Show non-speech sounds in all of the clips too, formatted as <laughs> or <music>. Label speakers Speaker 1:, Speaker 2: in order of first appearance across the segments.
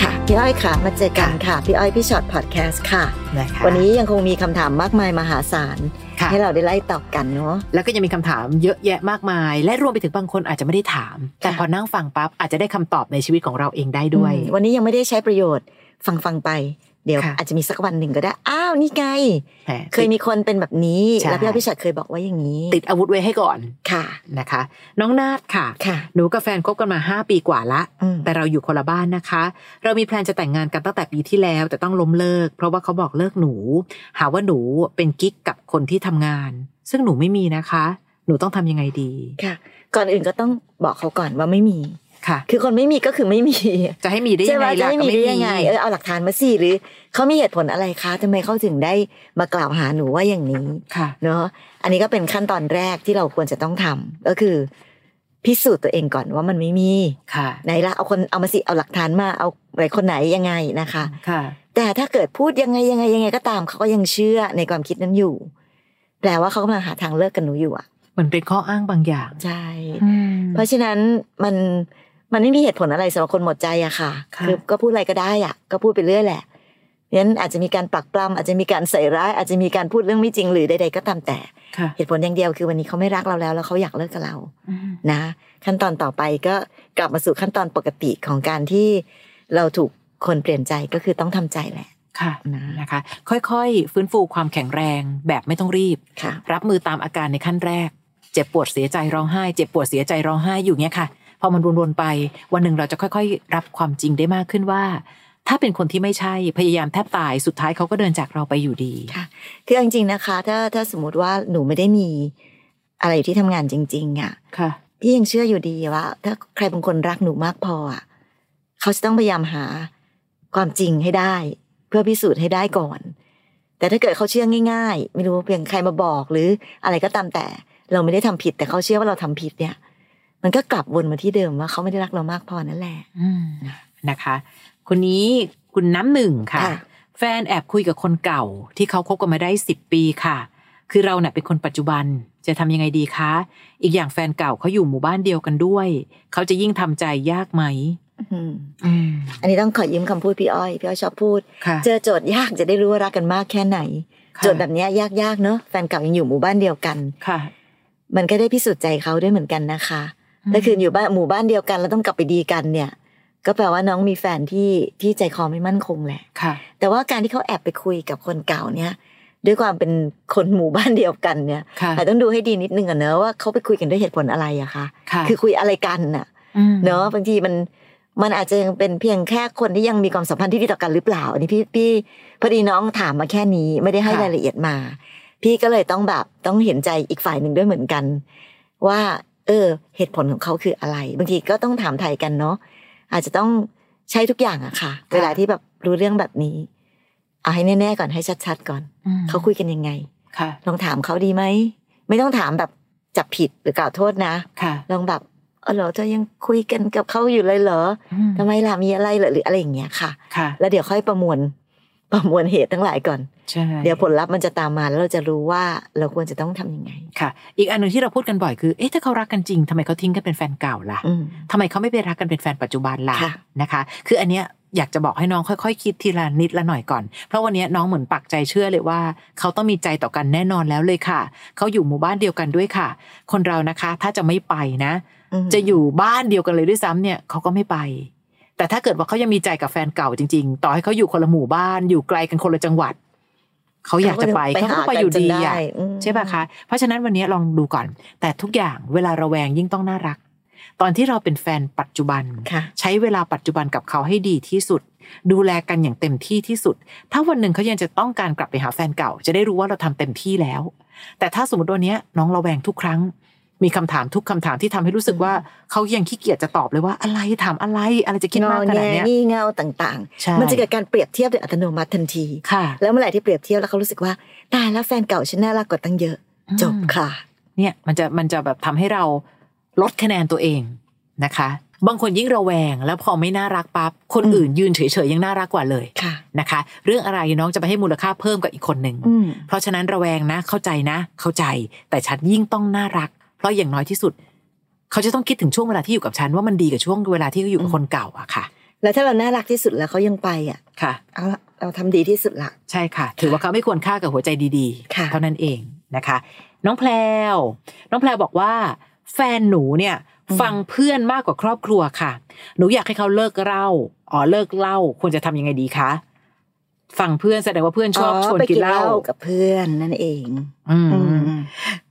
Speaker 1: ค่ะพี่อ้อยค่ะ มาเจอกันค่ะ พี่อ้อยพี่ชอ็อตพอดแคสต์ค่ะ
Speaker 2: นะคะ
Speaker 1: วันนี้ยังคงมีคำถามมากมายมหาศาล
Speaker 2: ค่ะ
Speaker 1: ให้เราได้ไล่ตอบกันเนาะ
Speaker 2: แล้วก็ยังมีคำถามเยอะแยะมากมาย และรวมไปถึงบางคนอาจจะไม่ได้ถาม แต่
Speaker 1: ค่ะ
Speaker 2: พอนั่งฟังปั๊บอาจจะได้คำตอบในชีวิตของเราเองได้ด้วย
Speaker 1: อืมวันนี้ยังไม่ได้ใช้ประโยชน์ฟังฟังๆไป เดี๋ยว
Speaker 2: ค่ะ
Speaker 1: อาจจะมีสักวันหนึ่งก็ได้ อ้าวนี่ไง
Speaker 2: แหม
Speaker 1: เคยมีคนเป็นแบบนี้
Speaker 2: ใช่
Speaker 1: แล้วพี่อ้อยพี่ชัดเคยบอกว่าอย่างนี้
Speaker 2: ติดอาวุธไว้ให้ก่อน
Speaker 1: ค่ะ
Speaker 2: นะคะ น้องนาดค่ะ
Speaker 1: ค่ะ
Speaker 2: หนูกับแฟนคบกันมา 5 ปีกว่าละ
Speaker 1: อืม
Speaker 2: แต่เราอยู่คนละบ้านนะคะ เรามีแพลนจะแต่งงานกันตั้งแต่ปีที่แล้ว แต่ต้องล้มเลิก เพราะว่าเขาบอกเลิกหนู หาว่าหนูเป็นกิ๊กกับคนที่ทำงาน ซึ่งหนูไม่มีนะคะ หนูต้องทำยังไงดี
Speaker 1: ค่ะ ก่อนอื่นก็ต้องบอกเขาก่อนว่าไม่มี
Speaker 2: ค่ะ
Speaker 1: คือคนไม่มีก็คือไม่มี
Speaker 2: จะให้มีได้
Speaker 1: ใช่
Speaker 2: ยัง
Speaker 1: ไหม
Speaker 2: ไง
Speaker 1: จะ
Speaker 2: ล่ะ
Speaker 1: ไม่มีได้ยังไงเออเอาหลักฐานมาสิหรือเขามีเหตุผลอะไรคะทำไมเขาถึงได้มากล่าวหาหนูว่าอย่างนี้
Speaker 2: ค่ะ
Speaker 1: เนาะอันนี้ก็เป็นขั้นตอนแรกที่เราควรจะต้องทำก็คือ พิสูจน์ตัวเองก่อนว่ามันไม่มี
Speaker 2: ค่ะ
Speaker 1: ไหนละเอาคนเอามาสิเอาหลักฐานมาเอาอะไรคนไหนยังไงนะคะ
Speaker 2: ค่ะ
Speaker 1: แต่ถ้าเกิดพูดยังไงยังไงยังไงก็ตามเขาก็ยังเชื่อในความคิดนั้นอยู่ แปลว่าเขากำลังหาทางเลิกกันหนูอยู่อ่ะ
Speaker 2: มันเป็นข้ออ้างบางอย่าง
Speaker 1: ใช่เพ
Speaker 2: เพราะ
Speaker 1: ราะฉะนั้นมันมันไม่มีเหตุผลอะไรสำหรับคนหมดใจอะค่ะ
Speaker 2: ค่ะ
Speaker 1: อก็พูดอะไรก็ได้อะก็พูดไปเรื่อยแหละงั้นอาจจะมีการปักปล้ำอาจจะมีการใส่ร้าย อาจจะมีการพูดเรื่องไม่จริงหรือใดๆก็ตามแต่
Speaker 2: ค่ะ
Speaker 1: เหตุผลอย่างเดียวคือวันนี้เขาไม่รักเราแล้วแล้วเขาอยากเลิกกับเรา นะขั้นตอนต่อไปก็กลับมาสู่ขั้นตอนปกติของการที่เราถูกคนเปลี่ยนใจก็คือต้องทำใจแหละ
Speaker 2: ค่ะ
Speaker 1: นะ
Speaker 2: นะคะ ค่อยๆ ฟื้นฟูความแข็งแรงแบบไม่ต้องรีบ
Speaker 1: ค่ะ
Speaker 2: รับมือตามอาการในขั้นแรก เจ็บปวดเสียใจร้องไห้ เจ็บปวดเสียใจร้องไห้อยู่เงี้ยค่ะ พอมันวนๆไป วันหนึ่งเราจะค่อยๆ รับความจริงได้มากขึ้นว่า ถ้าเป็นคนที่ไม่ใช่ พยายามแทบตาย สุดท้ายเขาก็เดินจากเราไปอยู่ดี
Speaker 1: ค่ะ คือเอาจริงๆนะคะ ถ้าถ้าสมมติว่าหนูไม่ได้มีอะไรอยู่ที่ทำงานจริงๆอ่ะ
Speaker 2: ค่ะ
Speaker 1: พี่ยังเชื่ออยู่ดีว่า ถ้าใครบางคนรักหนูมากพออ่ะเขาจะต้องพยายามหาความจริงให้ได้ เพื่อพิสูจน์ให้ได้ก่อน แต่ถ้าเกิดเขาเชื่อง่าย ๆ ไม่รู้ว่าเพียงใครมาบอกหรืออะไรก็ตามแต่ เราไม่ได้ทำผิด แต่เขาเชื่อว่าเราทำผิดเนี่ย มันก็กลับวนมาที่เดิมว่าเขาไม่ได้รักเรามากพอนั่นแหละ
Speaker 2: อืมนะคะ คนนี้คุณน้ำหนึ่งค่ะ
Speaker 1: ค่ะ
Speaker 2: แฟนแอบคุยกับคนเก่า ที่เขาคบกันมาได้สิบปีค่ะ คือเราเน่ะเป็นคนปัจจุบันจะทำยังไงดีคะ อีกอย่างแฟนเก่าเขาอยู่หมู่บ้านเดียวกันด้วย เขาจะยิ่งทำใจยากไหม
Speaker 1: อืม
Speaker 2: อืม
Speaker 1: อันนี้ต้องขอยืมคำพูดพี่อ้อยพี่อ้อยชอบพูด
Speaker 2: ค่ะ
Speaker 1: เจอโจทย์ยากจะได้รู้ว่ารักกันมากแค่ไหน
Speaker 2: ค่ะ
Speaker 1: โจทย์แบบเนี้ยยากๆเนอะแฟนเก่ายังอยู่หมู่บ้านเดียวกัน
Speaker 2: ค่ะ
Speaker 1: มันก็ได้พิสูจน์ใจเขาด้วยเหมือนกันนะคะ ถ้าคืนอยู่บ้านหมู่บ้านเดียวกันแล้วต้องกลับไปดีกันเนี่ย ก็แปลว่าน้องมีแฟนที่ที่ใจคอไม่มั่นคงแหละ
Speaker 2: ค่ะ
Speaker 1: แต่ว่าการที่เขาแอบไปคุยกับคนเก่าเนี่ย ด้วยความเป็นคนหมู่บ้านเดียวกันเนี่ย
Speaker 2: ค่ะ
Speaker 1: แต่ต้องดูให้ดีนิดนึงอะเนอะว่าเขาไปคุยกันด้วยเหตุผลอะไรอะคะ
Speaker 2: ค่ะ
Speaker 1: คือคุยอะไรกันน่ะ
Speaker 2: ม
Speaker 1: เนอะบางทีมันมันอาจจะยังเป็นเพียงแค่คนที่ยังมีความสัมพันธ์ที่ดีต่อกันหรือเปล่า อันนี้พี่พี่พอดีน้องถามมาแค่นี้ไม่ได้ให้รายละเอียดมา พี่ก็เลยต้องแบบต้องเห็นใจอีกฝ่ายหนึ่งด้วยเหมือนกัน ว่า เออ เหตุผลของเขาคืออะไร บางทีก็ต้องถามไทยกันเนาะอาจจะต้องใช้ทุกอย่างอะค่ะ เวลาที่แบบรู้เรื่องแบบนี้เอาให้แน่ๆก่อนให้ชัดๆก่อน
Speaker 2: อืม
Speaker 1: เขาคุยกันยังไง
Speaker 2: ค่ะ
Speaker 1: ลองถามเขาดีไหมไม่ต้องถามแบบจับผิดหรือกล่าวโทษนะ
Speaker 2: ค่ะ
Speaker 1: ลองแบบเออเหรอเธอยังคุยกันกับเขาอยู่เลยเหรอ
Speaker 2: อืม
Speaker 1: ทำไมล่ะมีอะไรเหรอหรืออะไรอย่างเงี้ยค่ะ
Speaker 2: ค่ะ
Speaker 1: แล้วเดี๋ยวค่อยประมวลประมวลเหตุทั้งหลายก่อน
Speaker 2: ใช่
Speaker 1: เดี๋ยวผลลัพธ์มันจะตามมาแล้วเราจะรู้ว่าเราควรจะต้องทำยังไง
Speaker 2: ค่ะ อีกอันหนึ่งที่เราพูดกันบ่อยคือเอ๊ะถ้าเขารักกันจริงทำไมเขาทิ้งกันเป็นแฟนเก่าล่ะ
Speaker 1: อืม
Speaker 2: ทำไมเขาไม่ไปรักกันเป็นแฟนปัจจุบันล่ะ
Speaker 1: ค่ะ
Speaker 2: นะคะ คืออันเนี้ยอยากจะบอกให้น้องค่อยๆ คิดทีละนิดละหน่อยก่อน เพราะวันเนี้ยน้องเหมือนปักใจเชื่อเลยว่า เขาต้องมีใจต่อกันแน่นอนแล้วเลยค่ะ เขาอยู่หมู่บ้านเดียวกันด้วยค่ะ คนเรานะคะ ถ้าจะไม่ไปนะ
Speaker 1: ม
Speaker 2: จะอยู่บ้านเดียวกันเลยด้วยซ้ำเนี่ยเขาก็ไม่ไป แต่ถ้าเกิดว่าเขายังมีใจกับแฟนเก่าจริง ๆ ต่อให้เขาอยู่คนละหมู่บ้านอยู่ไกลกันคนละจังหวัด เขาอยากจะไปเขาก็ไปอยู่ดี
Speaker 1: หากันจน
Speaker 2: อ่ะ
Speaker 1: ได้อืม
Speaker 2: ใช่ป่ะคะ เพราะฉะนั้นวันนี้ลองดูก่อน แต่ทุกอย่างเวลาระแวงยิ่งต้องน่ารัก ตอนที่เราเป็นแฟนปัจจุบัน
Speaker 1: ค่ะ
Speaker 2: ใช้เวลาปัจจุบันกับเขาให้ดีที่สุด ดูแลกันอย่างเต็มที่ที่สุด ถ้าวันหนึ่งเขายังจะต้องการกลับไปหาแฟนเก่า จะได้รู้ว่าเราทำเต็มที่แล้ว แต่ถ้าสมมติวันเนี้ยน้องระแวงทุกครั้ง มีคำถามทุกคำถามที่ทำให้รู้สึกว่าเขายังขี้เกียจจะตอบเลยว่าอะไรถามอะไรอะไรจะคิดมากขนาดเนี้ย
Speaker 1: งอแงงี่เง่าต่าง
Speaker 2: ใช่
Speaker 1: ๆ มันจะเกิดการเปรียบเทียบโดยอัตโนมัติทันที
Speaker 2: ค่ะ
Speaker 1: แล้วเมื่อไหร่ที่เปรียบเทียบแล้วเขารู้สึกว่าตายแล้วแฟนเก่าฉันน่ารักกว่าตั้งเยอะ จบ
Speaker 2: อืม
Speaker 1: ค่ะ
Speaker 2: เนี่ยมันจะมันจะแบบทำให้เรา ลดคะแนนตัวเองนะคะ บางคนยิ่งระแวง แล้วพอไม่น่ารักปั๊บคน
Speaker 1: อืม
Speaker 2: อื่นยืนเฉยๆยังน่ารักกว่าเลย
Speaker 1: ค่ะ
Speaker 2: นะคะ เรื่องอะไรน้องจะไปให้มูลค่าเพิ่มกับอีกคนหนึ่ง
Speaker 1: อืม
Speaker 2: เพราะฉะนั้นระแวงนะเข้าใจนะ เข้าใจ แต่ฉันยิ่งต้องน่ารัก เพราะอย่างน้อยที่สุด เขาจะต้องคิดถึงช่วงเวลาที่อยู่กับฉันว่ามันดีกับช่วงเวลาที่เขาอยู่กับ
Speaker 1: อืม
Speaker 2: คนเก่าอะค่ะ
Speaker 1: แล้วถ้าเราน่ารักที่สุดแล้วเขายังไปอ่ะ
Speaker 2: ค่ะ
Speaker 1: เอาละเราทำดีที่สุดละ
Speaker 2: ใช่ค่ะ ถือว่าเขาไม่ควรค่ากับหัวใจดี
Speaker 1: ค่ะ
Speaker 2: เท่านั้นเองนะคะ น้องแพลวน้องแพลวบอกว่า แฟนหนูเนี่ยฟังเพื่อนมากกว่าครอบครัวค่ะ หนูอยากให้เขาเลิกเหล่าอ๋อเลิกเหล่าควรจะทำยังไงดีคะฟังเพื่อนแสดงว่าเพื่อนชอบชวน
Speaker 1: ไป
Speaker 2: กินเหล้า
Speaker 1: กับเพื่อนนั่นเอง
Speaker 2: อืม
Speaker 1: อืม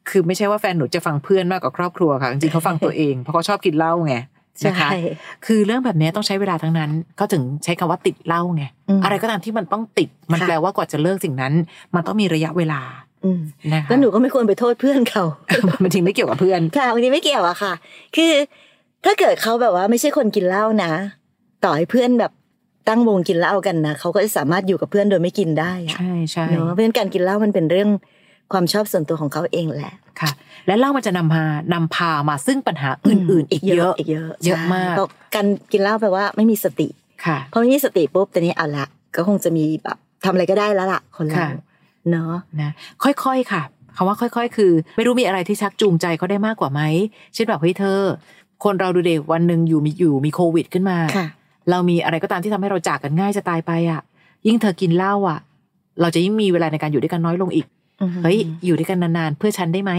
Speaker 2: คือไม่ใช่ว่าแฟนหนูจะฟังเพื่อนมากกว่าครอบครัวค่ะจริงๆเขาฟังตัวเอง
Speaker 1: <laughs>
Speaker 2: เพราะเขาชอบกินเหล้าไงนะคะคือเรื่องแบบนี้ต้องใช้เวลาทั้งนั้นเขาถึงใช้คำว่าติดเหล้าไง
Speaker 1: ม
Speaker 2: อะไรก็ตามที่มันต้องติด มัน
Speaker 1: ค่ะ
Speaker 2: แปลว่ากว่าจะเลิกสิ่งนั้น มันต้องมีระยะเวลา
Speaker 1: อืม
Speaker 2: นะคะ
Speaker 1: แล้วหนูก็ไม่ควรไปโทษเพื่อนเขา
Speaker 2: <laughs> มันจริงไม่เกี่ยวกับเพื่อน
Speaker 1: ค่ะวันนี้ไม่เกี่ยวอะค่ะ คือถ้าเกิดเขาแบบว่าไม่ใช่คนกินเหล้านะ ต่อให้เพื่อนแบบตั้งวงกินเหล้ากันนะเขาก็จะสามารถอยู่กับเพื่อนโดยไม่กินได้อะ
Speaker 2: ใช่ใช่
Speaker 1: เนาะเพราะฉะนั้นการกินเหล้ามันเป็นเรื่องความชอบส่วนตัวของเขาเองแหละ
Speaker 2: ค่ะ และเหล้ามันจะนำพานำพามาซึ่งปัญหาอื่น ๆ อีกเยอะ
Speaker 1: อีกเยอะ
Speaker 2: เยอะ
Speaker 1: ใช่
Speaker 2: มาก
Speaker 1: เพราะการกินเหล้าแปลว่าไม่มีสติ
Speaker 2: ค่ะ
Speaker 1: พอไม่มีสติปุ๊บตอนนี้เอาละก็คงจะมีแบบทำอะไรก็ได้แล้วล่ะคนเรา
Speaker 2: ค่ะ
Speaker 1: เนาะ
Speaker 2: นะค่อยๆ ค่ะคำว่าค่อย ๆ คือ ไม่รู้มีอะไรที่ชักจูงใจเขาได้มากกว่าไหมเช่นแบบเฮ้ยเธอ คนเราดูเด็กวันหนึ่งอยู่มีอยู่มีโควิดขึ้นมา
Speaker 1: ค่ะ
Speaker 2: เรามีอะไรก็ตามที่ทำให้เราจากกันง่ายจะตายไปอ่ะ ยิ่งเธอกินเหล้าอ่ะ เราจะยิ่งมีเวลาในการอยู่ด้วยกันน้อยลงอีก เฮ้ยอยู่ด้วยกันนานๆ เพื่อฉันได้ไหม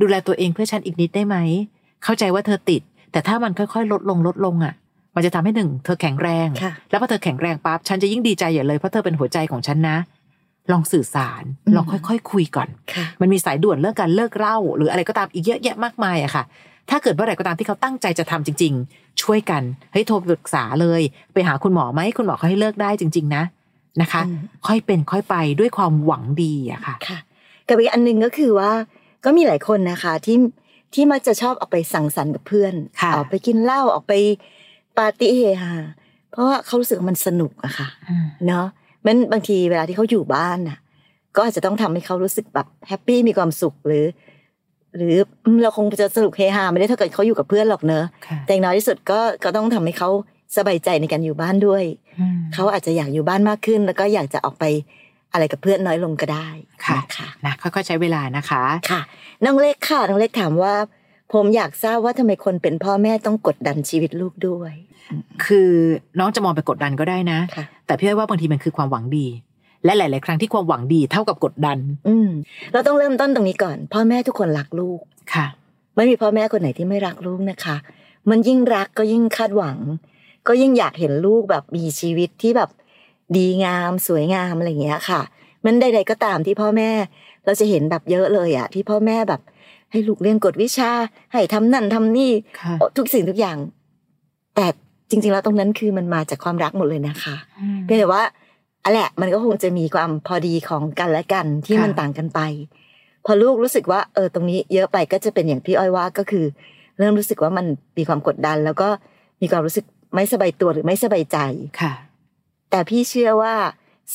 Speaker 2: ดูแลตัวเองเพื่อฉันอีกนิดได้ไหม เข้าใจว่าเธอติด แต่ถ้ามันค่อยๆ ลดลงลดลงอ่ะ มันจะทำให้หนึ่งเธอแข็งแรง
Speaker 1: ค่ะ
Speaker 2: แล้วพอเธอแข็งแรงปั๊บฉันจะยิ่งดีใจใหญ่เลยเพราะเธอเป็นหัวใจของฉันนะ ลองสื่อสาร
Speaker 1: อืม
Speaker 2: ลองค่อยๆ คุยก่อน
Speaker 1: ค่ะ
Speaker 2: มันมีสายด่วนเรื่องการเลิกเหล่าหรืออะไรก็ตามอีกเยอะแยะมากมายอะค่ะ ถ้าเกิดว่าอะไรก็ตามที่เขาตั้งใจจะทำจริง ๆ ช่วยกันเฮ้ยโทรปรึกษาเลย ไปหาคุณหมอไหมคุณหมอเขาให้เลิกได้จริง ๆ นะนะคะ
Speaker 1: อืม
Speaker 2: ค่อยเป็นค่อยไปด้วยความหวังดีอะค่ะ
Speaker 1: ค่ะกับอีกอันหนึ่งก็คือว่าก็มีหลายคนนะคะที่ที่มักจะชอบออกไปสังสรรค์กับเพื่อน
Speaker 2: ค่ะ
Speaker 1: ออกไปกินเหล้าออกไปปาร์ตี้เฮฮาเพราะว่าเขารู้สึกว่ามันสนุกอะค่ะเนาะมันบางทีเวลาที่เขาอยู่บ้านน่ะ ก็อาจจะต้องทำให้เขารู้สึกแบบแฮปปี้มีความสุขหรือ หรืออืมเราคงจะสนุกเฮฮาไม่ได้เท่ากับเขาอยู่กับเพื่อนหรอกเนอะ
Speaker 2: ค่ะ
Speaker 1: แต่อย่างน้อยที่สุดก็ก็ต้องทำให้เขาสบายใจในการอยู่บ้านด้วย เขาอาจจะอยากอยู่บ้านมากขึ้น แล้วก็อยากจะออกไปอะไรกับเพื่อนน้อยลงก็ได้นค่ะ
Speaker 2: นะค่อยๆใช้เวลานะคะ
Speaker 1: ค่ะน้องเล็กค่ะน้องเล็กถามว่า ผมอยากทราบว่าทำไมคนเป็นพ่อแม่ต้องกดดันชีวิตลูกด้วย
Speaker 2: คือน้องจะมองไปนกดดันก็ได้นะ
Speaker 1: ค่ะ
Speaker 2: แต่พี่อ้อยว่าบางทีมันคือความหวังดี และหลาย ๆ ครั้งที่ความหวังดีเท่ากับกดดัน
Speaker 1: อืมเราต้องเริ่มต้นตรงนี้ก่อน พ่อแม่ทุกคนรักลูก
Speaker 2: ค่ะ
Speaker 1: ไม่มีพ่อแม่คนไหนที่ไม่รักลูกนะคะ มันยิ่งรักก็ยิ่งคาดหวัง ก็ยิ่งอยากเห็นลูกแบบมีชีวิตที่แบบดีงามสวยงามอะไรอย่างเงี้ยค่ะ มันใดๆก็ตามที่พ่อแม่ เราจะเห็นแบบเยอะเลยอะที่พ่อแม่แบบ ให้ลูกเรียนกฎวิชา ให้ทำนั่นทำนี่
Speaker 2: ค่ะ
Speaker 1: ทุกสิ่งทุกอย่าง แต่จริง ๆ แล้วตรงนั้นคือมันมาจากความรักหมดเลยนะคะ เพียงแต่ว่าอันแหละมันก็คงจะมีความพอดีของกันและกันที่
Speaker 2: ค่ะ
Speaker 1: มันต่างกันไป พอลูกรู้สึกว่า เออตรงนี้เยอะไปก็จะเป็นอย่างพี่อ้อยว่าก็คือ เริ่มรู้สึกว่ามันมีความกดดัน แล้วก็มีความรู้สึกไม่สบายตัวหรือไม่สบายใจ
Speaker 2: ค่ะ
Speaker 1: แต่พี่เชื่อว่า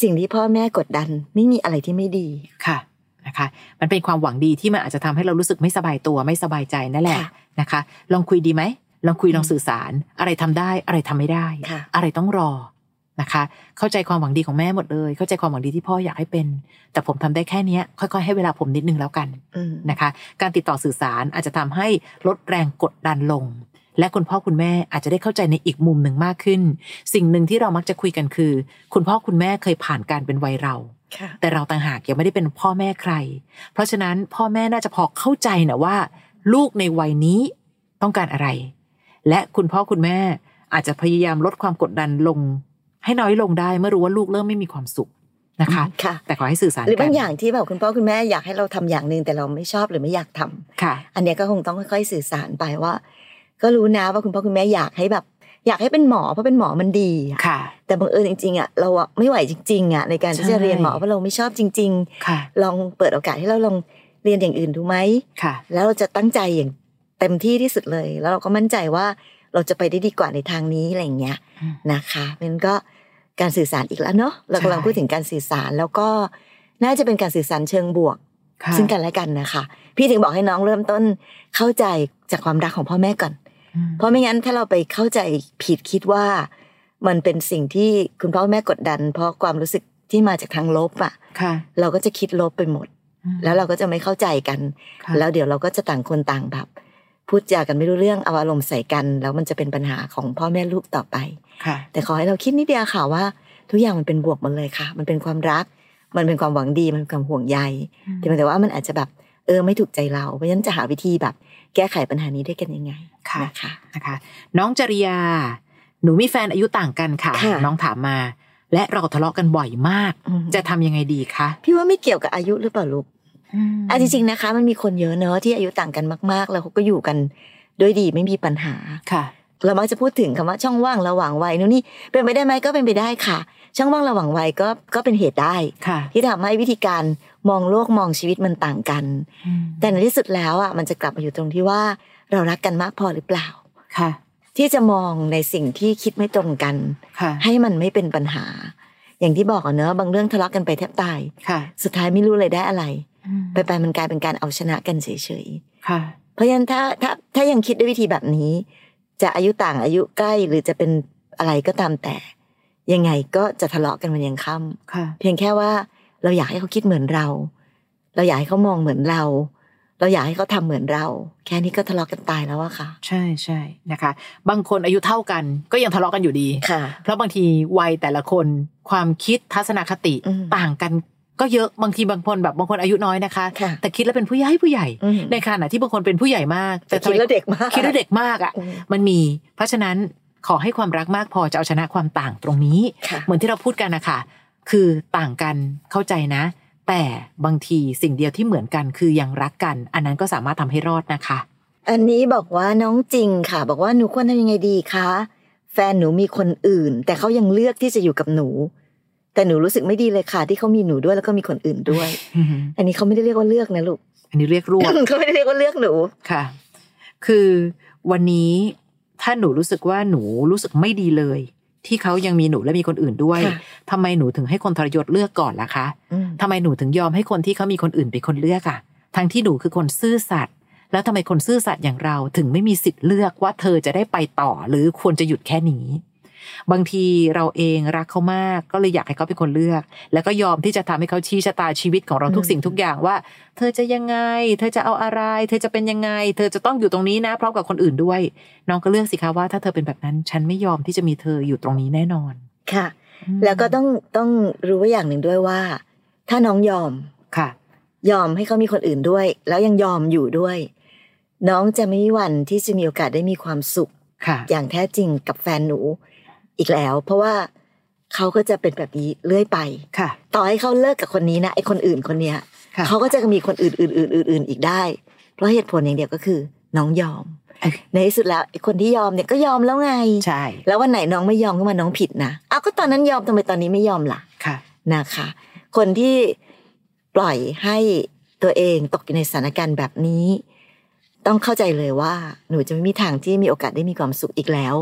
Speaker 1: สิ่งที่พ่อแม่กดดัน ไม่มีอะไรที่ไม่ดี
Speaker 2: ค่ะนะคะ มันเป็นความหวังดีที่มันอาจจะทำให้เรารู้สึกไม่สบายตัวไม่สบายใจนั่นแหละ
Speaker 1: ค่ะ
Speaker 2: นะคะ ลองคุยดีไหมลองคุย
Speaker 1: อืม
Speaker 2: ลองสื่อสาร อะไรทำได้อะไรทำไม่ได้
Speaker 1: ค่ะ
Speaker 2: อะไรต้องรอนะคะ เข้าใจความหวังดีของแม่หมดเลย เข้าใจความหวังดีที่พ่ออยากให้เป็น แต่ผมทำได้แค่เนี้ยค่อย ๆ ให้เวลาผมนิดนึงแล้วกัน
Speaker 1: อืม
Speaker 2: นะคะการติดต่อสื่อสารอาจจะทำให้ลดแรงกดดันลง และคุณพ่อคุณแม่อาจจะได้เข้าใจในอีกมุมหนึ่งมากขึ้น สิ่งหนึ่งที่เรามักจะคุยกันคือ คุณพ่อคุณแม่เคยผ่านการเป็นวัยเรา
Speaker 1: ค่ะ
Speaker 2: แต่เราต่างหากยังไม่ได้เป็นพ่อแม่ใคร เพราะฉะนั้นพ่อแม่น่าจะพอเข้าใจนะว่า ลูกในวัยนี้ต้องการอะไร และคุณพ่อคุณแม่อาจจะพยายามลดความกดดันลง ให้น้อยลงได้เมื่อรู้ว่าลูกเริ่มไม่มีความสุขนะคะ
Speaker 1: ค่ะ
Speaker 2: แต่ขอให้สื่อสาร
Speaker 1: หรือบาง
Speaker 2: กัน
Speaker 1: อย่างที่แบบคุณพ่อคุณแม่อยากให้เราทำอย่างหนึ่งแต่เราไม่ชอบหรือไม่อยากทำ
Speaker 2: ค่ะ
Speaker 1: อันเนี้ยก็คงต้องค่อยๆสื่อสารไปว่า ก็รู้นะว่าคุณพ่อคุณแม่อยากให้แบบ อยากให้เป็นหมอเพราะเป็นหมอมันดีอะ
Speaker 2: ค่ะ
Speaker 1: แต่บังเอิญจริงๆอ่ะเราอะไม่ไหวจริงๆอ่ะในการที่
Speaker 2: ใช่
Speaker 1: จะเรียนหมอเพราะเราไม่ชอบจริง
Speaker 2: ค่ะ
Speaker 1: ๆ ลองเปิดโอกาสให้เราลองเรียนอย่างอื่นดูไหม
Speaker 2: ค่ะ
Speaker 1: แล้วเราจะตั้งใจอย่างเต็มที่ที่สุดเลย แล้วเราก็มั่นใจว่าเราจะไปได้ดีกว่าในทางนี้อะไรอย่างเงี้ย
Speaker 2: อืม
Speaker 1: นะคะมันก็การสื่อสารอีกแล้วเนาะเรากำลัง
Speaker 2: ใช่
Speaker 1: พูดถึงการสื่อสารแล้วก็น่าจะเป็นการสื่อสารเชิงบวก
Speaker 2: ค่ะ
Speaker 1: ซึ่งกันและกันนะคะ พี่ถึงบอกให้น้องเริ่มต้นเข้าใจจากความรักของพ่อแม่ก่อน
Speaker 2: อืม
Speaker 1: เพราะไม่งั้นถ้าเราไปเข้าใจผิดคิดว่า มันเป็นสิ่งที่คุณพ่อแม่กดดัน เพราะความรู้สึกที่มาจากทางลบอ่ะ
Speaker 2: ค่ะ
Speaker 1: เราก็จะคิดลบไปหมด แล้วเราก็จะไม่เข้าใจกัน
Speaker 2: ค่ะ
Speaker 1: แล้วเดี๋ยวเราก็จะต่างคนต่างแบบพูดจากันไม่รู้เรื่องเอาอารมณ์ใส่กัน แล้วมันจะเป็นปัญหาของพ่อแม่ลูกต่อไป
Speaker 2: ค่ะ
Speaker 1: แต่ขอให้เราคิดนิดเดียวค่ะว่า ทุกอย่างมันเป็นบวกหมดเลยค่ะ มันเป็นความรัก มันเป็นความหวังดี มันเป็นความห่วงใยแต่เพียงแต่ว่ามันอาจจะแบบเออไม่ถูกใจเรา เพราะฉะนั้นจะหาวิธีแบบ แก้ไขปัญหานี้ได้กันยังไง
Speaker 2: ค่ะ
Speaker 1: นะคะ
Speaker 2: นะคะน้องจริยา หนูมีแฟนอายุต่างกันค่ะ
Speaker 1: ค่ะ
Speaker 2: น้องถามมา และเราทะเลาะกันบ่อยมาก
Speaker 1: อืม
Speaker 2: จะทำยังไงดีคะ
Speaker 1: พี่ว่าไม่เกี่ยวกับอายุหรือเปล่าลูก อ่ะจริงๆนะคะ มันมีคนเยอะเนอะที่อายุต่างกันมาก ๆ แล้วเขาก็อยู่กันด้วยดีไม่มีปัญหา
Speaker 2: ๆค่ะ
Speaker 1: เรามักจะพูดถึงคำว่าช่องว่างระหว่างวัยนู่นนี่เป็นไปได้ไหมก็เป็นไปได้ค่ะ ช่องว่างระหว่างวัยก็ก็เป็นเหตุได้
Speaker 2: ค่ะ
Speaker 1: ที่ทำให้วิธีการมองโลกมองชีวิตมันต่างกัน แต่ในที่สุดแล้วอ่ะมันจะกลับมาอยู่ตรงที่ว่าเรารักกันมากพอหรือเปล่า
Speaker 2: ค่ะ
Speaker 1: ที่จะมองในสิ่งที่คิดไม่ตรงกัน
Speaker 2: ค่ะ
Speaker 1: ให้มันไม่เป็นปัญหา อย่างที่บอกอะเนอะบางเรื่องทะเลาะกันไปแทบตาย
Speaker 2: ค่ะ
Speaker 1: สุดท้ายไม่รู้เลยได้อะไร ไป
Speaker 2: ค่ะ
Speaker 1: ไปๆมันกลายเป็นการเอาชนะกันเฉยๆ
Speaker 2: ค่ะ
Speaker 1: เพราะฉะนั้นถ้าถ้าถ้ายังคิดด้วยวิธีแบบนี้ จะอายุต่างอายุใกล้หรือจะเป็นอะไรก็ตามแต่ ยังไงก็จะทะเลาะกันวันยังค่
Speaker 2: ค่ะ
Speaker 1: ำเพียงแค่ว่าเราอยากให้เขาคิดเหมือนเรา เราอยากให้เขามองเหมือนเรา เราอยากให้เขาทำเหมือนเรา แค่นี้ก็ทะเลาะกันตายแล้วอะค่ะ
Speaker 2: ใช่ใช่นะคะ บางคนอายุเท่ากันก็ยังทะเลาะกันอยู่ดี
Speaker 1: ค่ะ
Speaker 2: เพราะบางทีวัยแต่ละคนความคิดทัศนคติ
Speaker 1: อืม
Speaker 2: ต่างกันก็เยอะบางทีบางคนแบบบางคนอายุน้อยนะคะ
Speaker 1: ค่ะ
Speaker 2: แต่คิดแล้วเป็นผู้ใหญ่ผู้ใหญ่ ในขณะที่บางคนเป็นผู้ใหญ่มาก แต่
Speaker 1: แต่คิดแล้วเด็กมาก
Speaker 2: คิดแล้วเด็กมากอ่ะ
Speaker 1: อืม
Speaker 2: มันมี เพราะฉะนั้นขอให้ความรักมากพอจะเอาชนะความต่างตรงนี้
Speaker 1: ค่ะ
Speaker 2: เหมือนที่เราพูดกันนะคะคือต่างกันเข้าใจนะ แต่บางทีสิ่งเดียวที่เหมือนกันคือยังรักกัน อันนั้นก็สามารถทำให้รอดนะคะ
Speaker 1: อันนี้บอกว่าน้องจริงค่ะ บอกว่าหนูควรทำยังไงดีคะแฟนหนูมีคนอื่น แต่เขายังเลือกที่จะอยู่กับหนู แต่หนูรู้สึกไม่ดีเลยค่ะ ที่เขามีหนูด้วยแล้วก็มีคนอื่นด้วย อันนี้เขาไม่ได้เรียกว่าเลือกนะลูก <coughs>
Speaker 2: อันนี้เรียกรวบ
Speaker 1: เขาไม่ได้เรียกว่าเลือกหนู
Speaker 2: ค่ะ คือวันนี้ถ้าหนูรู้สึกว่าหนูรู้สึกไม่ดีเลย ที่เขายังมีหนูและมีคนอื่นด้วย
Speaker 1: ค่ะ
Speaker 2: ทำไมหนูถึงให้คนทรยศเลือกก่อนล่ะคะ ทำไมหนูถึงยอมให้คนที่เขามีคนอื่นเป็นคนเลือกอะทั้งที่หนูคือคนซื่อสัตย์แล้วทำไมคนซื่อสัตย์อย่างเราถึงไม่มีสิทธิ์เลือกว่าเธอจะได้ไปต่อหรือควรจะหยุดแค่นี้ บางทีเราเองรักเขามากก็เลยอยากให้เขาเป็นคนเลือก แล้วก็ยอมที่จะทำให้เขาชี้ชะตาชีวิตของเราทุกสิ่งทุกอย่างว่า เธอจะยังไง เธอจะเอาอะไร เธอจะเป็นยังไง เธอจะต้องอยู่ตรงนี้นะพร้อมกับคนอื่นด้วย น้องก็เลือกสิคะว่าถ้าเธอเป็นแบบนั้น ฉันไม่ยอมที่จะมีเธออยู่ตรงนี้แน่นอน
Speaker 1: ค่ะ แล้วก็ต้องต้องรู้ไว้อย่างหนึ่งด้วยว่า ถ้าน้องยอม
Speaker 2: ค่ะ
Speaker 1: ยอมให้เขามีคนอื่นด้วย แล้วยังยอมอยู่ด้วย น้องจะไม่มีวันที่จะมีโอกาสได้มีความสุข
Speaker 2: ค่ะ
Speaker 1: อย่างแท้จริงกับแฟนหนูอีกแล้ว เพราะว่าเขาก็จะเป็นแบบนี้เรื่อยไป
Speaker 2: ค่ะ
Speaker 1: ต่อให้เขาเลิกกับคนนี้นะไอ้คนอื่นคนเนี้ย
Speaker 2: ค่ะ
Speaker 1: เขาก็จะมีคนอื่นอื่นอื่นอื่นอื่นอีกได้ เพราะเหตุผลอย่างเดียวก็คือ น้องยอม
Speaker 2: เอ้ย
Speaker 1: ในที่สุดแล้วไอ้คนที่ยอมเนี่ยก็ยอมแล้วไง
Speaker 2: ใช่
Speaker 1: แล้ววันไหนน้องไม่ยอมก็มาน้องผิดนะอ้าวก็ตอนนั้นยอมทำไมตอนนี้ไม่ยอมล่ะ
Speaker 2: ค่ะ
Speaker 1: นะคะ คนที่ปล่อยให้ตัวเองตกอยู่ในสถานการณ์แบบนี้ ต้องเข้าใจเลยว่า หนูจะไม่มีทางที่มีโอกาสได้มีความสุขอีกแล้ว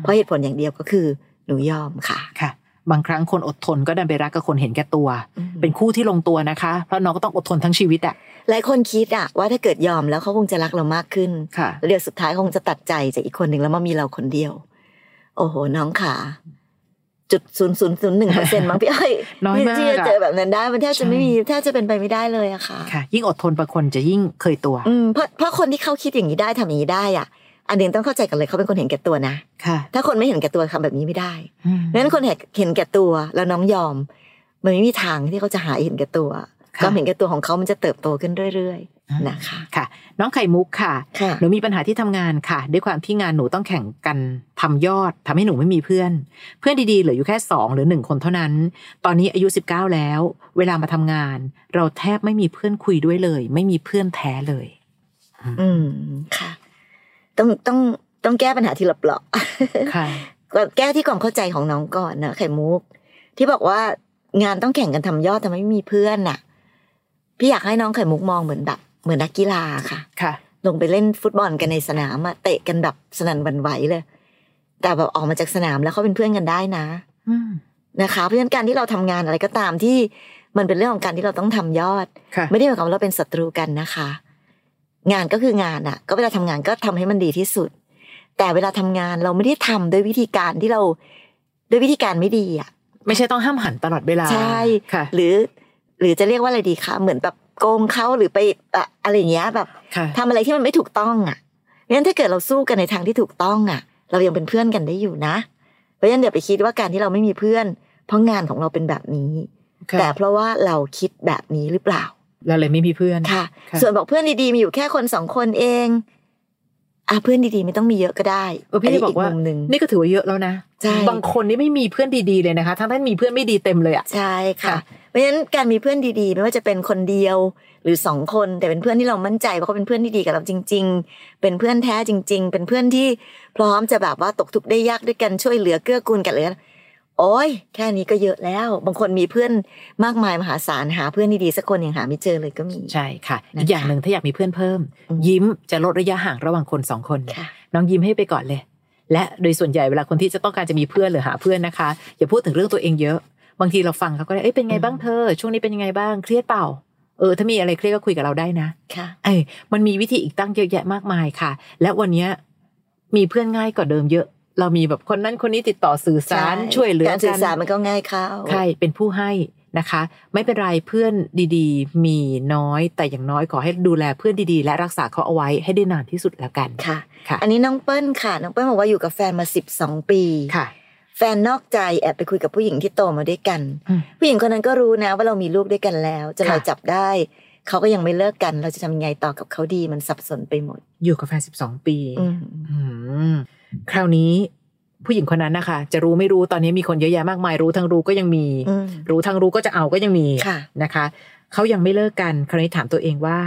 Speaker 1: เพราะเหตุผลอย่างเดียวก็คือ หนูยอมค่ะ
Speaker 2: ค่ะ บางครั้งคนอดทนก็ดันไปรักกับคนเห็นแก่ตัว เป็นคู่ที่ลงตัวนะคะ เพราะน้องก็ต้องอดทนทั้งชีวิตอะ
Speaker 1: หลายคนคิดอะว่าถ้าเกิดยอมแล้วเขาคงจะรักเรามากขึ้น
Speaker 2: ค่ะ
Speaker 1: แล้วเดี๋ยวสุดท้ายคงจะตัดใจจากอีกคนหนึ่งแล้วมามีเราคนเดียว โอ้โหน้องขาจุดศูนย์ศูนย์ศูนย์หนึ่งเปอร์เซ็นต์มั้งพี่อ้อย
Speaker 2: น้อยมาก
Speaker 1: ที่จะ
Speaker 2: อะ
Speaker 1: เจอแบบนั้นได้มันแทบ
Speaker 2: ใช่
Speaker 1: จะไม่มีแทบจะเป็นไปไม่ได้เลยอะค่ะ
Speaker 2: ค่ะ ยิ่งอดทนบางคนจะยิ่งเคยตัว
Speaker 1: อืมเพราะเพราะคนที่เขาคิดอย่างนี้ได้ทำอย่างนี้ได้อะอันหนึ่งต้องเข้าใจกันเลยเขาเป็นคนเห็นแก่ตัวนะ
Speaker 2: ค่ะ
Speaker 1: ถ้าคนไม่เห็นแก่ตัวทำแบบนี้ไม่ได้
Speaker 2: อืม
Speaker 1: เพราะฉะนั้นคนเห็นเห็นแก่ตัวแล้วน้องยอม มันไม่มีทางที่เขาจะหายเห็นแก่ตัว
Speaker 2: ค่ะ
Speaker 1: ความเห็นแก่ตัวของเขามันจะเติบโตขึ้นเรื่อยๆนะคะ
Speaker 2: ค่ะ น้องไข่มุกค่ะ
Speaker 1: ค่ะ
Speaker 2: หนูมีปัญหาที่ทำงานค่ะ ด้วยความที่งานหนูต้องแข่งกันทำยอดทำให้หนูไม่มีเพื่อน เพื่อนดีๆเหลืออยู่แค่ 2 หรือ 1 คนเท่านั้น ตอนนี้อายุ 19 แล้ว เวลามาทำงาน เราแทบไม่มีเพื่อนคุยด้วยเลย ไม่มีเพื่อนแท้เลย
Speaker 1: อืมค่ะ ต้องต้องต้องแก้ปัญหาทีละเปลาะ <laughs>
Speaker 2: ค่ะ
Speaker 1: ก็แก้ที่ความเข้าใจของน้องก่อนนะไข่มุก ที่บอกว่างานต้องแข่งกันทำยอดทำไมไม่มีเพื่อนน่ะ พี่อยากให้น้องไข่มุกมองเหมือนแบบ เหมือนนักกีฬาค่ะ
Speaker 2: ค่ะ
Speaker 1: ลงไปเล่นฟุตบอลกันในสนามอะเตะกันแบบสนั่นหวันไหวเลย แต่แบบออกมาจากสนามแล้วเขาเป็นเพื่อนกันได้นะ
Speaker 2: อืม
Speaker 1: นะคะ เพราะฉะนั้นการที่เราทำงานอะไรก็ตามที่ มันเป็นเรื่องของการที่เราต้องทำยอด
Speaker 2: ค่ะ
Speaker 1: ไม่ได้หมายความว่าเราเป็นศัตรูกันนะคะ งานก็คืองานอะก็เวลาทำงานก็ทำให้มันดีที่สุด แต่เวลาทำงานเราไม่ได้ทำด้วยวิธีการที่เราด้วยวิธีการไม่ดีอะ
Speaker 2: ไม่ใช่ต้องห้ามหันตลอดเวลา
Speaker 1: ใช่
Speaker 2: ค่ะ
Speaker 1: หรือหรือจะเรียกว่าอะไรดีคะเหมือนแบบโกงเขาหรือไปอะอะไรอย่างเงี้ยแบบ
Speaker 2: ค่ะ
Speaker 1: ทำอะไรที่มันไม่ถูกต้องอ่ะงั้นถ้าเกิดเราสู้กันในทางที่ถูกต้องอ่ะ เรายังเป็นเพื่อนกันได้อยู่นะ เพราะฉะนั้นเดี๋ยวไปคิดว่าการที่เราไม่มีเพื่อน เพราะงานของเราเป็นแบบนี้ แต่
Speaker 2: แต่
Speaker 1: เพราะว่าเราคิดแบบนี้หรือเปล่า
Speaker 2: เราเลยไม่มีเพื่อน
Speaker 1: ค่ะ
Speaker 2: ค่ะ
Speaker 1: ส่วนบอกเพื่อนดีๆมีอยู่แค่คนสองคนเองอ่ะเพื่อนดีๆไม่ต้องมีเยอะก็ได้
Speaker 2: เออพี่จะ
Speaker 1: น
Speaker 2: บ
Speaker 1: นี้
Speaker 2: อกว่า
Speaker 1: มุมหนึ่ง
Speaker 2: นี่ก็ถือว่าเยอะแล้วนะ
Speaker 1: ใช่
Speaker 2: บางคนนี่ไม่มีเพื่อนดีๆเลยนะคะ ทั้งที่มีเพื่อนไม่ดีเต็มเลยอ่ะ
Speaker 1: ใช่ค่ะ
Speaker 2: ค่ะ
Speaker 1: เพราะฉะนั้นการมีเพื่อนดีๆ ไม่ว่าจะเป็นคนเดียวหรือสองคน แต่เป็นเพื่อนที่เรามั่นใจว่าเขาเป็นเพื่อนที่ดีกับเราจริง ๆ เป็นเพื่อนแท้จริง ๆ เป็นเพื่อนที่พร้อมจะแบบว่าตกทุกข์ได้ยากด้วยกันช่วยเหลือเกื้อกูลกันเลยโอ้ยแค่นี้ก็เยอะแล้ว บางคนมีเพื่อนมากมายมหาศาลหาเพื่อนดีๆสักคนยังหาไม่เจอเลยก็มี
Speaker 2: ใช่ค่ะ
Speaker 1: นะคะ
Speaker 2: อีกอย่างหนึ่งถ้าอยากมีเพื่อนเพิ่ม
Speaker 1: อืม
Speaker 2: ยิ้มจะลดระยะห่างระหว่างคนสองคน
Speaker 1: ค่ะ
Speaker 2: น้องยิ้มให้ไปก่อนเลย และโดยส่วนใหญ่เวลาคนที่จะต้องการจะมีเพื่อนหรือหาเพื่อนนะคะ อย่าพูดถึงเรื่องตัวเองเยอะ บางทีเราฟังเขาก็ได้เอ้ยเป็นไงบ้างเธอ ช่วงนี้เป็นยังไงบ้างเครียดเปล่า เออถ้ามีอะไรเครียดก็คุยกับเราได้นะ
Speaker 1: ค่ะ
Speaker 2: เอ้ยมันมีวิธีอีกตั้งเยอะแยะมากมายค่ะ และวันเนี้ยมีเพื่อนง่ายกว่าเดิมเยอะ เรามีแบบคนนั้นคนนี้ติดต่อสื่อสาร
Speaker 1: ใ
Speaker 2: ช่วยเหลือ
Speaker 1: การสื่อสารมันก็ง่ายเข้า
Speaker 2: ใช่เป็นผู้ให้นะคะ ไม่เป็นไรเพื่อนดีๆ มีน้อยแต่อย่างน้อยขอให้ดูแลเพื่อนดีๆ และรักษาเขาเอาไว้ให้ได้นานที่สุดแล้วกัน
Speaker 1: ค่ะ
Speaker 2: ค่ะ
Speaker 1: อันนี้น้องเปิ้ลค่ะ น้องเปิ้ลบอกว่าอยู่กับแฟนมาสิบสองปี
Speaker 2: ค่ะ
Speaker 1: แฟนนอกใจแอบไปคุยกับผู้หญิงที่โตมาด้วยกัน
Speaker 2: อืม
Speaker 1: ผู้หญิงคนนั้นก็รู้นะว่าเรามีลูกด้วยกันแล้วจนเรา
Speaker 2: ค่ะ
Speaker 1: จับได้ เขาก็ยังไม่เลิกกัน เราจะทำยังไงต่อกับเขาดีมันสับสนไปหมด
Speaker 2: อยู่กับแฟน12 ปี
Speaker 1: อืม
Speaker 2: อืมคราวนี้ผู้หญิงคนนั้นนะคะ จะรู้ไม่รู้ตอนนี้มีคนเยอะแยะมากมาย รู้ทั้งรู้ก็ยังมี
Speaker 1: อืม
Speaker 2: รู้ทั้งรู้ก็จะเอาก็ยังมี
Speaker 1: ค่ะ
Speaker 2: นะคะเขายังไม่เลิกกันคราวนี้ถามตัวเองว่า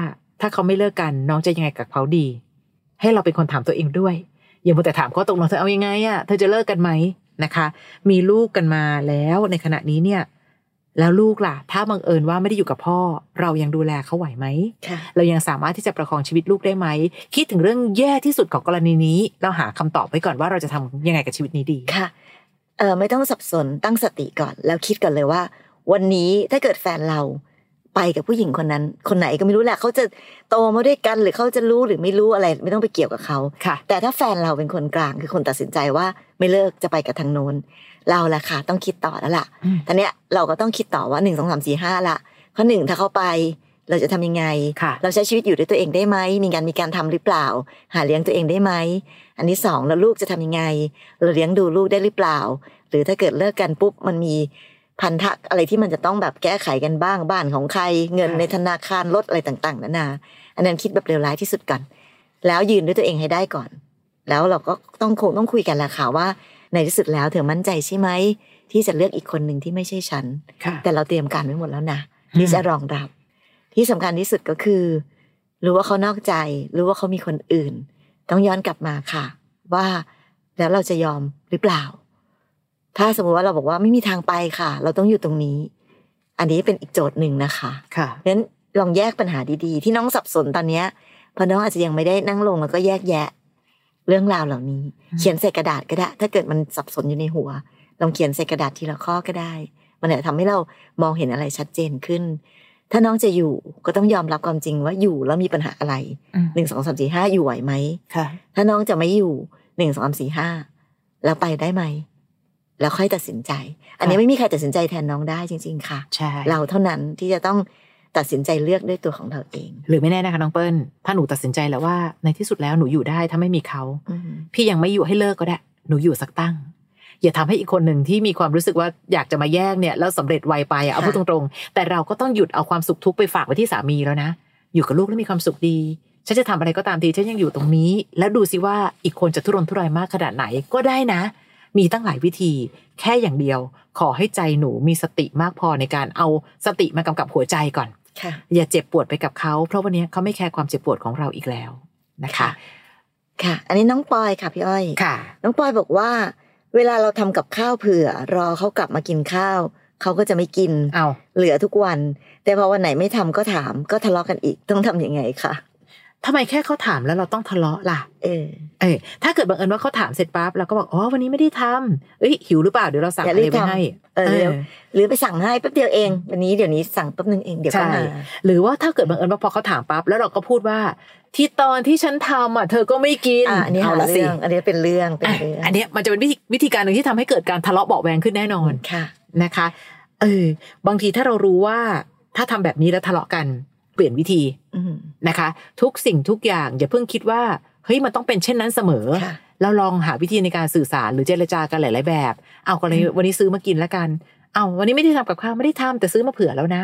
Speaker 2: ถ้าเขาไม่เลิกกันน้องจะยังไงกับเขาดี ให้เราเป็นคนถามตัวเองด้วยอย่ามัวแต่ถามเขาตกลงเธอเอายังไงอะ่ะเธอจะเลิกกันไหมนะคะ มีลูกกันมาแล้วในขณะนี้เนี่ย แล้วลูกล่ะ ถ้าบังเอิญว่าไม่ได้อยู่กับพ่อ เรายังดูแลเขาไหวไหม
Speaker 1: ค่ะ
Speaker 2: เรายังสามารถที่จะประคองชีวิตลูกได้ไหม คิดถึงเรื่องแย่ที่สุดของกรณีนี้ เราหาคำตอบไว้ก่อนว่าเราจะทำยังไงกับชีวิตนี้ดี
Speaker 1: ค่ะเออไม่ต้องสับสนตั้งสติก่อน แล้วคิดก่อนเลยว่า วันนี้ถ้าเกิดแฟนเราไปกับผู้หญิงคนนั้น คนไหนก็ไม่รู้แหละเขาจะโตมาด้วยกันหรือเขาจะรู้หรือไม่รู้อะไร ไม่ต้องไปเกี่ยวกับเขา
Speaker 2: ค่ะ
Speaker 1: แต่ถ้าแฟนเราเป็นคนกลางคือคนตัดสินใจว่าไม่เลิกจะไปกับทางโน้น เราละค่ะ ต้องคิดต่อแล้วล่ะ
Speaker 2: อืม
Speaker 1: ตอนเนี้ยเราก็ต้องคิดต่อว่าหนึ่งสองสามสี่ห้าละข้อหนึ่งถ้าเขาไปเราจะทำยังไง
Speaker 2: ค่ะ
Speaker 1: เราใช้ชีวิตอยู่ด้วยตัวเองได้ไหมมีงานมีการทำหรือเปล่า หาเลี้ยงตัวเองได้ไหมอันที่สองแล้วลูกจะทำยังไง เราเลี้ยงดูลูกได้หรือเปล่า หรือถ้าเกิดเลิกกันปุ๊บมันมีพันธะอะไรที่มันจะต้องแบบแก้ไขกันบ้างบ้านของใคร เงิน
Speaker 2: ค่ะ
Speaker 1: ในธนาคารลดอะไรต่างๆนานาอันนั้นคิดแบบเร็วร้ายที่สุดก่อนแล้วยืนด้วยตัวเองให้ได้ก่อน แล้วเราก็ต้องคงต้องคุยกันละค่ะว่า ในที่สุดแล้วเธอมั่นใจใช่ไหมที่จะเลือกอีกคนหนึ่งที่ไม่ใช่ฉัน
Speaker 2: ค่ะ
Speaker 1: แต่เราเตรียมการไว้หมดแล้วนะ
Speaker 2: อืม
Speaker 1: ที่จะรองรับ ที่สำคัญที่สุดก็คือ รู้ว่าเขานอกใจ รู้ว่าเขามีคนอื่น ต้องย้อนกลับมาค่ะ ว่าแล้วเราจะยอมหรือเปล่า ถ้าสมมติว่าเราบอกว่าไม่มีทางไปค่ะ เราต้องอยู่ตรงนี้ อันนี้เป็นอีกโจทย์หนึ่งนะคะ
Speaker 2: ค่ะ
Speaker 1: เพราะฉะนั้นลองแยกปัญหาดีๆ ที่น้องสับสนตอนเนี้ยเพราะน้องอาจจะยังไม่ได้นั่งลงแล้วก็แยกแยะ เรื่องราวเหล่านี้
Speaker 2: อืม
Speaker 1: เขียนใส่กระดาษก็ได้ ถ้าเกิดมันสับสนอยู่ในหัว ลองเขียนใส่กระดาษทีละข้อก็ได้ มันอาจจะทำให้เรามองเห็นอะไรชัดเจนขึ้น ถ้าน้องจะอยู่ก็ต้องยอมรับความจริงว่าอยู่แล้วมีปัญหาอะไร
Speaker 2: อืม
Speaker 1: หนึ่งสองสามสี่ห้าอยู่ไหวไหม
Speaker 2: ค่ะ
Speaker 1: ถ้าน้องจะไม่อยู่หนึ่งสองสามสี่ห้าแล้วไปได้ไหม แล้วค่อยตัดสินใจ อันนี้
Speaker 2: ค่ะ
Speaker 1: ไม่มีใครตัดสินใจแทนน้องได้จริง ๆ ค่ะ
Speaker 2: ใช่
Speaker 1: เราเท่านั้นที่จะต้องตัดสินใจเลือกด้วยตัวของเราเอง
Speaker 2: หรือไม่แน่นะคะน้องเปิ้ลถ้าหนูตัดสินใจแล้วว่าในที่สุดแล้วหนูอยู่ได้ถ้าไม่มีเขา
Speaker 1: อืม
Speaker 2: พี่ยังไม่อยู่ให้เลิกก็ได้ หนูอยู่สักตั้ง อย่าทำให้อีกคนหนึ่งที่มีความรู้สึกว่าอยากจะมาแย่งเนี่ยแล้วสำเร็จไวไปอะเอาพูดตรงๆ แต่เราก็ต้องหยุดเอาความสุขทุกข์ไปฝากไว้ที่สามีแล้วนะ อยู่กับลูกแล้วมีความสุขดีฉันจะทำอะไรก็ตามทีฉันยังอยู่ตรงนี้ แล้วดูสิว่าอีกคนจะทุรนทุรายมากขนาดไหนก็ได้นะ มีตั้งหลายวิธี แค่อย่างเดียว ขอให้ใจหนูมีสติมากพอในการเอาสติมากำกับหัวใจก่อน
Speaker 1: ค่ะ
Speaker 2: อย่าเจ็บปวดไปกับเขา เพราะวันนี้เขาไม่แคร์ความเจ็บปวดของเราอีกแล้วนะคะ
Speaker 1: ค่ะ อันนี้น้องปอยค่ะพี่อ้อย
Speaker 2: ค่ะ
Speaker 1: น้องปอยบอกว่า เวลาเราทำกับข้าวเผื่อ รอเขากลับมากินข้าว เขาก็จะไม่กิน
Speaker 2: เอา
Speaker 1: เหลือทุกวัน แต่พอวันไหนไม่ทำก็ถามก็ทะเลาะกันอีกต้องทำยังไงคะ
Speaker 2: ทำไมแค่เขาถามแล้วเราต้องทะเลาะล่ะ
Speaker 1: เออ
Speaker 2: เออถ้าเกิดบังเอิญว่าเขาถามเสร็จปั๊บเราก็บอกอ๋อวันนี้ไม่ได้ทำเอ้ยหิวหรือเปล่าเดี๋ยวเราสั่ง
Speaker 1: อ
Speaker 2: อะ
Speaker 1: ย่า
Speaker 2: ไร
Speaker 1: รีบ
Speaker 2: ไป
Speaker 1: ทำ
Speaker 2: ให้
Speaker 1: เออเร็วหรือไปสั่งให้แป๊บเดียวเอง วันนี้เดี๋ยวนี้สั่งแป๊บนึงเองเดี๋ยวก็
Speaker 2: ใช่
Speaker 1: มา
Speaker 2: หรือว่าถ้าเกิดบังเอิญว่าพอเขาถามปั๊บแล้วเราก็พูดว่า ที่ตอนที่ฉันทำอ่ะเธอก็ไม่กิน
Speaker 1: อ่ะอันนี้
Speaker 2: เอา
Speaker 1: หา
Speaker 2: ละสิ
Speaker 1: เรื่องอันนี้เป็นเรื่องเป็น
Speaker 2: อ่ะ
Speaker 1: เรื่อง
Speaker 2: อันเนี้ยมันจะเป็นวิธีวิธีการหนึ่งที่ทำให้เกิดการทะเลาะเบาะแวงขึ้นแน่นอน
Speaker 1: ค่ะ
Speaker 2: นะคะเออบางทีถ้าเรารู้ว่าถ้าทำแบบนี้แล้วทะเลาะกันเปลี่ยนวิธี
Speaker 1: อืม
Speaker 2: นะคะ ทุกสิ่งทุกอย่างอย่าเพิ่งคิดว่าเฮ้ยมันต้องเป็นเช่นนั้นเสมอ
Speaker 1: ค่ะ
Speaker 2: เราลองหาวิธีในการสื่อสารหรือเจรจากันหลาย ๆ แบบ เอากรณี
Speaker 1: อืม
Speaker 2: วันนี้ซื้อมากินแล้วกัน เอาวันนี้ไม่ได้ทำกับข้าวไม่ได้ทำแต่ซื้อมาเผื่อแล้วนะ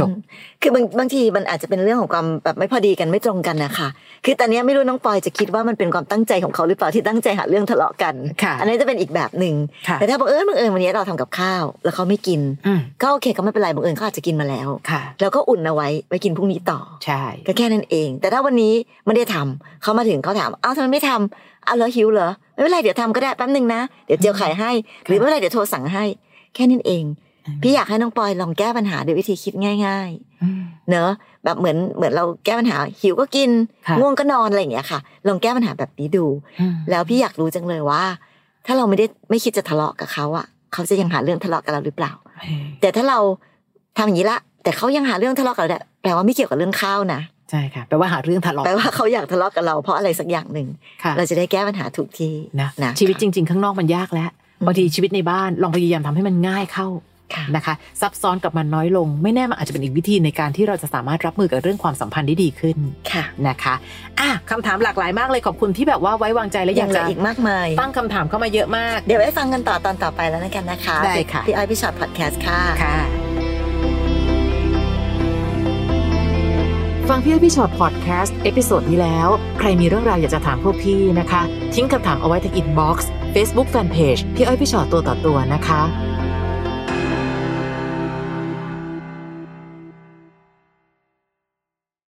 Speaker 2: จบ
Speaker 1: อืมคือบางบางทีมันอาจจะเป็นเรื่องของความแบบไม่พอดีกันไม่ตรงกันนะคะคือตอนเนี้ยไม่รู้น้องปอยจะคิดว่ามันเป็นความตั้งใจของเขาหรือเปล่าที่ตั้งใจหาเรื่องทะเลาะกัน
Speaker 2: ค่ะ
Speaker 1: อันนี้จะเป็นอีกแบบหนึ่ง
Speaker 2: ค่ะ
Speaker 1: แต่ถ้าบังเอิญบังเอิญวันนี้เราทำกับข้าว แล้วเขาไม่กิน
Speaker 2: อืม
Speaker 1: ก็โอเคก็ไม่เป็นไรบังเอิญเขาอาจจะกินมาแล้ว
Speaker 2: ค่ะ
Speaker 1: แล้วก็อุ่นเอาไว้ไปกินพรุ่งนี้ต่อ
Speaker 2: ใช่
Speaker 1: ก็แค่นั้นเอง แต่ถ้าวันนี้ไม่ได้ทำเขามาถึงเขาถามอ้าวทำไมไม่ทำอ้าวเหรอหิวเหรอไม่เป็นไรเดี๋ยวทำก็ได้แป๊บหนึ่งนะเดี๋ยวเจียวไข่ให้ หรือไม่เป็นไรเดี๋ยวโทรสั่งให้ แค่นั้นเอง พี่อยากให้น้องปอยลองแก้ปัญหาด้วยวิธีคิดง่าย
Speaker 2: อืม
Speaker 1: ๆ เนอะแบบเหมือนเหมือนเราแก้ปัญหาหิวก็กิน
Speaker 2: ค่ะ
Speaker 1: ง่วงก็นอนอะไรอย่างเงี้ยค่ะ ลองแก้ปัญหาแบบนี้ดู
Speaker 2: อืม
Speaker 1: แล้วพี่อยากรู้จังเลยว่า ถ้าเราไม่ได้ไม่คิดจะทะเลาะกับเขาอะเขาจะยังหาเรื่องทะเลาะกับเราหรือเปล่า แต่ถ้าเราทำอย่างนี้ละ แต่เขายังหาเรื่องทะเลาะกับเราได้แปลว่าไม่เกี่ยวกับเรื่องข้าวนะ
Speaker 2: ใช่ค่ะแปลว่าหาเรื่องทะเลาะ
Speaker 1: แปลว่าเขาอยากทะเลาะกับเราเพราะอะไรสักอย่างหนึ่ง
Speaker 2: ค่ะ
Speaker 1: เราจะได้แก้ปัญหาถูกที
Speaker 2: นะ
Speaker 1: นะ
Speaker 2: ชีวิตจริง ๆ ข้างนอกมันยากแล้วบางทีชีวิตในบ้านลองพยายามทำให้มันง่ายเข้า
Speaker 1: ค่ะ
Speaker 2: นะคะ ซับซ้อนกับมันน้อยลง ไม่แน่มันอาจจะเป็นอีกวิธีในการที่เราจะสามารถรับมือกับเรื่องความสัมพันธ์ที่ดีขึ้น
Speaker 1: ค่ะ
Speaker 2: นะคะอ่ะคำถามหลากหลายมากเลยขอบคุณที่แบบว่าไว้วางใจและอ
Speaker 1: ยั
Speaker 2: ยาง ก
Speaker 1: เหลื
Speaker 2: จะ
Speaker 1: ออีกมากมาย
Speaker 2: ตั้งคำถามเข้ามาเยอะมาก
Speaker 1: เดี๋ยวไว้ฟังกันต่อตอนต่อไปแล้วกันนะคะ
Speaker 2: ได้ค่ะ
Speaker 1: พี่อ้อยพี่ช็อตพอดแคสต์ค่ะ
Speaker 2: ค่ะ
Speaker 3: ฟังพี่อ้อยพี่ชอตพอดแคสต์เอพิโซดนี้แล้ว ใครมีเรื่องราวอยากจะถามพวกพี่นะคะ ทิ้งคำถามเอาไว้ที่อินบ็อกซ์เฟซบุ๊กแฟนเพจพี่อ้อยพี่ชอตตัวต่อตัวนะคะ